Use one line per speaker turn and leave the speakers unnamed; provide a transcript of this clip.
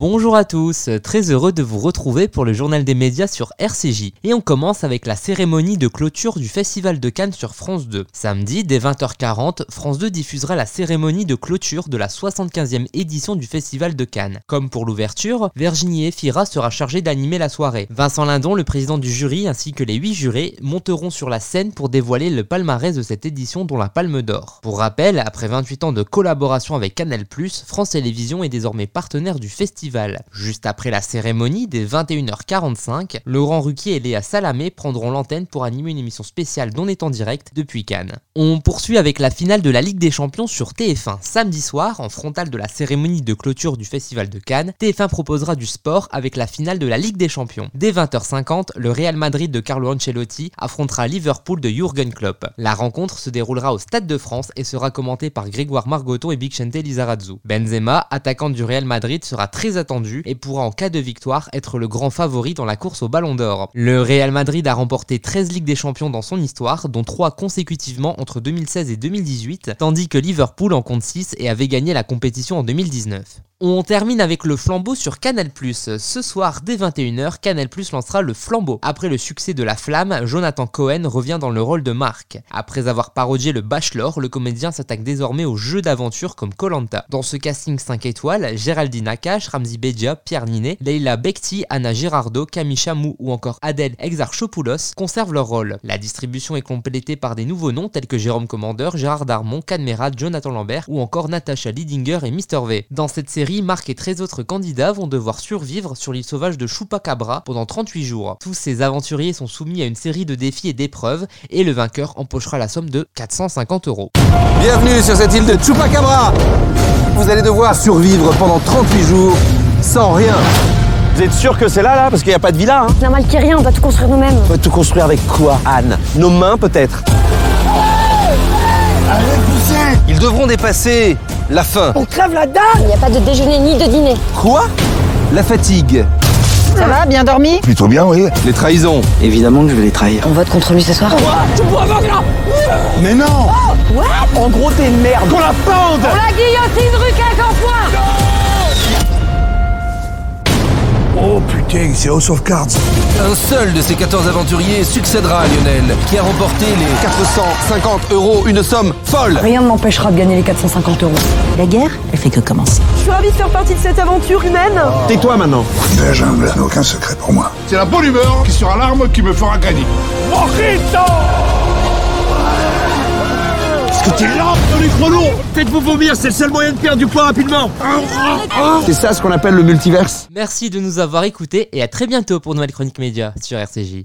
Bonjour à tous, très heureux de vous retrouver pour le journal des médias sur RCJ. Et on commence avec la cérémonie de clôture du Festival de Cannes sur France 2. Samedi, dès 20h40, France 2 diffusera la cérémonie de clôture de la 75e édition du Festival de Cannes. Comme pour l'ouverture, Virginie Efira sera chargée d'animer la soirée. Vincent Lindon, le président du jury, ainsi que les 8 jurés, monteront sur la scène pour dévoiler le palmarès de cette édition dont la Palme d'Or. Pour rappel, après 28 ans de collaboration avec Canal+, France Télévisions est désormais partenaire du festival. Juste après la cérémonie, dès 21h45, Laurent Ruquier et Léa Salamé prendront l'antenne pour animer une émission spéciale dont est en direct depuis Cannes. On poursuit avec la finale de la Ligue des Champions sur TF1. Samedi soir, en frontal de la cérémonie de clôture du Festival de Cannes, TF1 proposera du sport avec la finale de la Ligue des Champions. Dès 20h50, le Real Madrid de Carlo Ancelotti affrontera Liverpool de Jürgen Klopp. La rencontre se déroulera au Stade de France et sera commentée par Grégoire Margoton et Bixente Lizarazu. Benzema, attaquant du Real Madrid, sera très attendu et pourra en cas de victoire être le grand favori dans la course au Ballon d'Or. Le Real Madrid a remporté 13 Ligues des Champions dans son histoire, dont 3 consécutivement entre 2016 et 2018, tandis que Liverpool en compte 6 et avait gagné la compétition en 2019. On termine avec le flambeau sur Canal+. Ce soir, dès 21h, Canal+, lancera le flambeau. Après le succès de La Flamme, Jonathan Cohen revient dans le rôle de Marc. Après avoir parodié le Bachelor, le comédien s'attaque désormais aux jeux d'aventure comme Colanta. Dans ce casting 5 étoiles, Géraldine Nakache, Ramzi Bedia, Pierre Ninet, Leila Bekti, Anna Girardo, Camille Chamou ou encore Adèle Exarchopoulos conservent leur rôle. La distribution est complétée par des nouveaux noms tels que Jérôme Commandeur, Gérard Darmon, Canmera, Jonathan Lambert ou encore Natasha Lidinger et Mr V. Dans cette série, Marc et 13 autres candidats vont devoir survivre sur l'île sauvage de Chupacabra pendant 38 jours. Tous ces aventuriers sont soumis à une série de défis et d'épreuves et le vainqueur empochera la somme de 450 euros.
Bienvenue sur cette île de Chupacabra Vous allez devoir survivre pendant 38 jours sans rien.
Vous êtes sûr que c'est là, là Parce qu'il n'y a pas de villa, hein
Normal qu'il y ait rien, on doit tout construire nous-mêmes.
On va tout construire avec quoi, Anne Nos mains, peut-être
Ils devront dépasser la faim.
On crève la dalle Il n'y a pas de déjeuner ni de dîner.
Quoi La fatigue.
Ça va, bien dormi
Plutôt bien, oui.
Les trahisons.
Évidemment que je vais les trahir.
On vote contre lui ce soir
Tu me provoques, là
Mais non
oh, what En gros, t'es une merde.
Qu'on la pende
On la guillotine, rue
en Oh putain, c'est House of Cards.
Un seul de ces 14 aventuriers succédera à Lionel, qui a remporté les 450 euros, une somme folle.
Rien ne m'empêchera de gagner les 450 euros.
La guerre, elle fait que commencer.
Je suis ravie de faire partie de cette aventure humaine.
Oh. Tais-toi maintenant.
La jungle n'a aucun secret pour moi.
C'est la bonne humeur qui sera l'arme qui me fera gagner.
Mojito Est-ce que t'es lent dans les chronos Faites-vous vomir, c'est le seul moyen de perdre du poids rapidement.
C'est ça ce qu'on appelle le multiverse.
Merci de nous avoir écoutés et à très bientôt pour Nouvelle Chronique Média sur RCJ.